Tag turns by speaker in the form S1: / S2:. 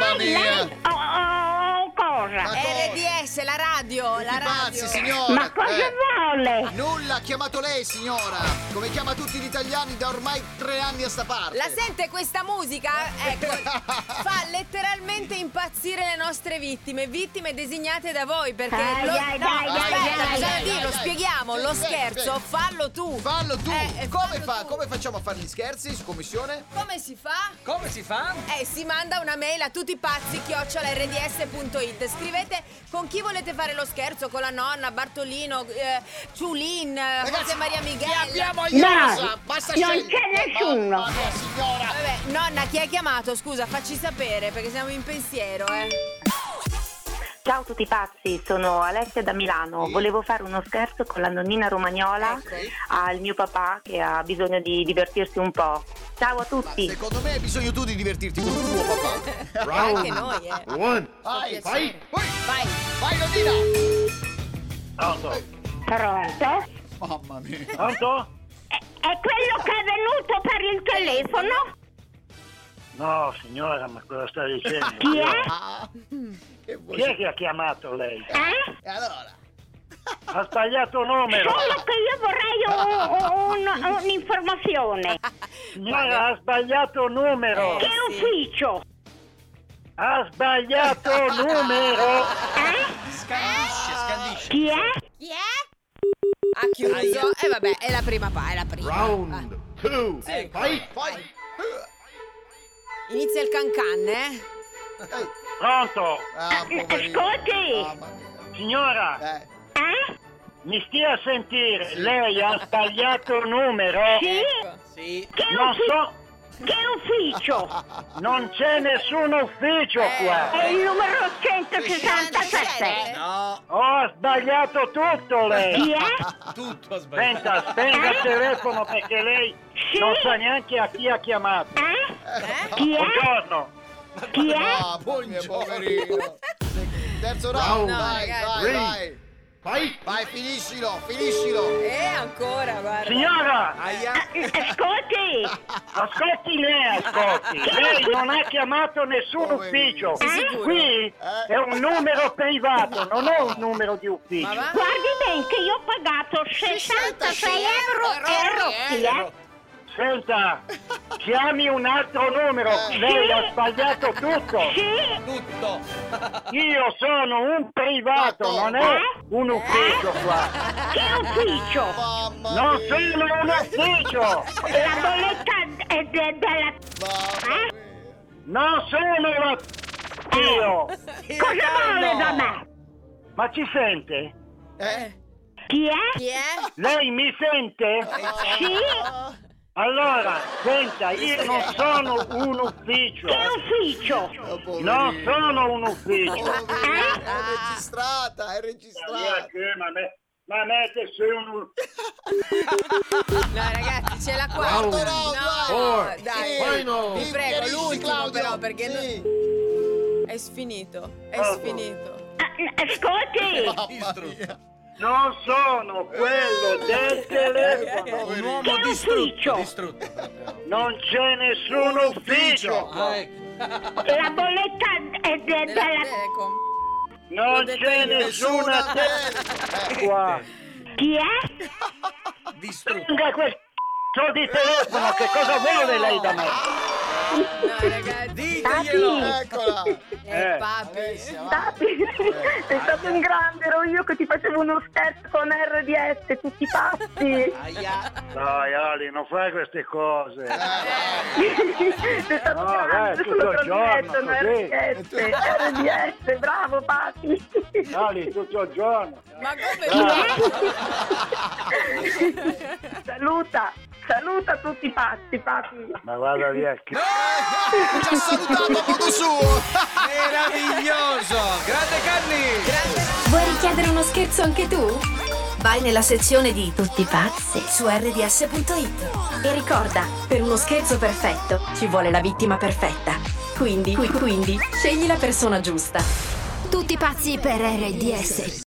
S1: eh?
S2: Oh, oh, oh, cosa?
S1: Ma-
S3: RDS, la radio, la radio.
S1: Pazzi, signora!
S2: Ma cosa
S1: eh.
S2: vuole?
S1: Nulla, ha chiamato lei signora, come chiama tutti gli italiani da ormai tre anni a sta parte.
S3: La sente questa musica? Ecco, fa letteralmente impazzire le nostre vittime, vittime designate da voi perché...
S2: Dai,
S3: lo-
S2: dai,
S3: no,
S2: dai, dai,
S3: aspetta,
S2: dai,
S3: bisogna
S1: dai,
S3: dirlo,
S1: dai, dai.
S3: spieghiamo,
S1: Sì,
S3: lo
S1: sì,
S3: scherzo,
S1: sì.
S3: fallo tu.
S1: Fallo tu!
S3: Eh, eh,
S1: come,
S3: fallo
S1: fa-
S3: tu.
S1: come facciamo a fare gli scherzi su commissione?
S3: Come si fa?
S4: Come si fa?
S3: Eh, si manda una mail a tutti pazzi rds.it Scrivete con chi volete fare lo scherzo, con la nonna, Bartolino, eh, Ciulin, eh, José Maria Miguel.
S1: Abbiamo a
S2: No,
S1: Iosa, basta
S2: non
S1: scegliere.
S2: c'è nessuno.
S1: Mamma mia, signora!
S3: Vabbè, nonna, chi ha chiamato? Scusa, facci sapere perché siamo in pensiero, eh.
S5: Ciao a tutti pazzi, sono Alessia da Milano.
S1: Sì.
S5: Volevo fare uno scherzo con la nonnina
S3: Eh,
S5: romagnola
S1: Sì.
S2: Ah,
S5: al mio papà che ha bisogno di divertirsi un po'. Ciao a
S1: Ma
S5: tutti.
S1: secondo me hai bisogno tu di divertirti con tuo papà.
S3: Ecco, Anche noi, eh.
S6: One.
S1: Vai, vai,
S3: piacere.
S1: vai,
S3: Vai.
S1: vai Nonina!
S2: Pronto?
S1: Mamma mia!
S6: Pronto?
S2: È, è quello che è venuto per il telefono?
S6: No, signora, ma cosa sta dicendo?
S2: Chi è?
S1: Ah, che vuoi?
S6: Chi è che ha chiamato lei?
S2: Eh?
S1: E allora?
S6: Ha sbagliato numero.
S2: Solo che io vorrei un- un- un'informazione.
S6: Signora, ha sbagliato numero.
S2: Che ufficio?
S6: Ha sbagliato numero.
S2: Eh?
S4: Scandisce, scandisce.
S2: Chi è?
S3: Chi è? Ha chiuso. E vabbè, è la prima pa, è la prima.
S6: Round two.
S1: Vai, vai!
S3: Ah, Inizia il cancan, eh.
S6: Pronto?
S1: Ah, poverino.
S2: Ascolti.
S1: Mamma mia.
S6: Signora,
S1: Eh,
S2: Eh?
S6: mi stia a sentire. Lei ha sbagliato numero.
S2: Sì?
S3: Ecco.
S4: Sì.
S2: Che,
S6: Non
S2: uffi-
S6: so,
S2: che ufficio?
S6: non c'è nessun ufficio qua.
S2: È il numero 167.
S4: No,
S6: Oh, ha sbagliato tutto
S2: Chi
S6: lei.
S2: è?
S4: tutto ha sbagliato.
S6: Senta, spenga il telefono perché lei
S2: Sì?
S6: non sa neanche a chi ha chiamato.
S2: Eh?
S3: Eh?
S2: Chi è?
S6: Buongiorno.
S2: Chi è?
S1: Ah, buongiorno, poverino. Terzo round,
S6: Round.
S3: No,
S1: vai,
S3: ragazzi.
S1: vai, vai. Vai, finiscilo, finiscilo.
S3: E Eh, ancora, guarda.
S6: Signora,
S4: Aia.
S2: Ascolti,
S6: ascolti lei, ascolti. Lei non ha chiamato nessun
S1: Poverino.
S6: ufficio.
S3: Sei sicuro?
S6: Qui è un numero privato, non è un numero di
S3: Ma
S6: ufficio.
S3: va?
S2: guardi bene che io ho pagato 66 euro e rotti, eh?
S6: Senta, chiami un altro numero.
S3: Eh.
S6: Lei ha sbagliato tutto.
S2: Sì,
S4: Tutto.
S6: Io sono un privato, non è
S3: Eh?
S6: un ufficio qua.
S2: eh? che ufficio?
S1: Mamma
S6: Non
S1: mia.
S6: sono un ufficio.
S2: La bolletta è de- della...
S1: Mamma
S6: Non sono
S3: Eh.
S6: un io.
S2: Cosa vuole da me?
S6: Ma ci sente?
S1: mia. Eh?
S2: Chi è?
S3: Chi è?
S6: Lei mi sente?
S3: Eh.
S2: Sì,
S6: Allora, senta, io non sono un ufficio.
S2: che ufficio?
S1: Oh, poverino.
S6: Non sono un ufficio.
S1: Poverino, È
S3: Eh?
S1: registrata, è
S6: Oh,
S1: registrata.
S6: Ma me- ma me che sei un
S3: No, ragazzi, ce l'ha qua.
S1: Quarto
S3: No,
S1: round,
S3: no,
S1: vai.
S3: dai.
S1: Sì.
S3: Vi prego,
S1: Finisci,
S3: l'ultimo
S1: Claudio.
S3: però, perché
S1: Sì.
S3: è sfinito. È
S6: Bravo.
S3: sfinito.
S2: Ah, Ascolti,
S1: Oh, Mamma mia.
S6: Non sono quello del telefono.
S4: Un uomo
S2: Che
S4: distrutto.
S2: ufficio?
S4: Distrutto. proprio.
S6: Non c'è nessun ufficio. eh.
S4: Ah, ecco.
S2: la bolletta è de-
S3: Della
S2: della...
S3: Telecom.
S6: Non c'è nessuna
S1: Eh,
S6: qua.
S2: Chi è?
S4: Distrutto.
S6: Venga quel c***o di telefono, che cosa vuole lei da me?
S3: No, ragazzi.
S4: Diteglielo.
S1: Eccola.
S3: Eh,
S6: Eh.
S3: papi.
S1: Alessia, vai.
S5: Papi, sei stato un grande, ero io che ti facevo uno scherzo con RDS, tutti pazzi.
S4: Aia.
S6: Dai Ali, non fai queste cose.
S5: sei stato
S6: No,
S5: grande,
S6: dai, tutto
S5: sono
S6: il giorno,
S5: grandetto,
S6: così.
S5: non RDS, RDS, bravo Papi.
S6: Ali, tutto il giorno.
S3: Ma come?
S5: Saluta, saluta tutti pazzi, Papi.
S6: Ma vada via, chi-
S1: Eh, Ci ha salutato a modo suo.
S4: Meraviglioso. Grande Carli.
S7: Vuoi richiedere uno scherzo anche tu? Vai nella sezione di Tutti pazzi su rds.it e ricorda, per uno scherzo perfetto ci vuole la vittima perfetta. Quindi, qui- quindi, scegli la persona giusta.
S8: Tutti pazzi per RDS.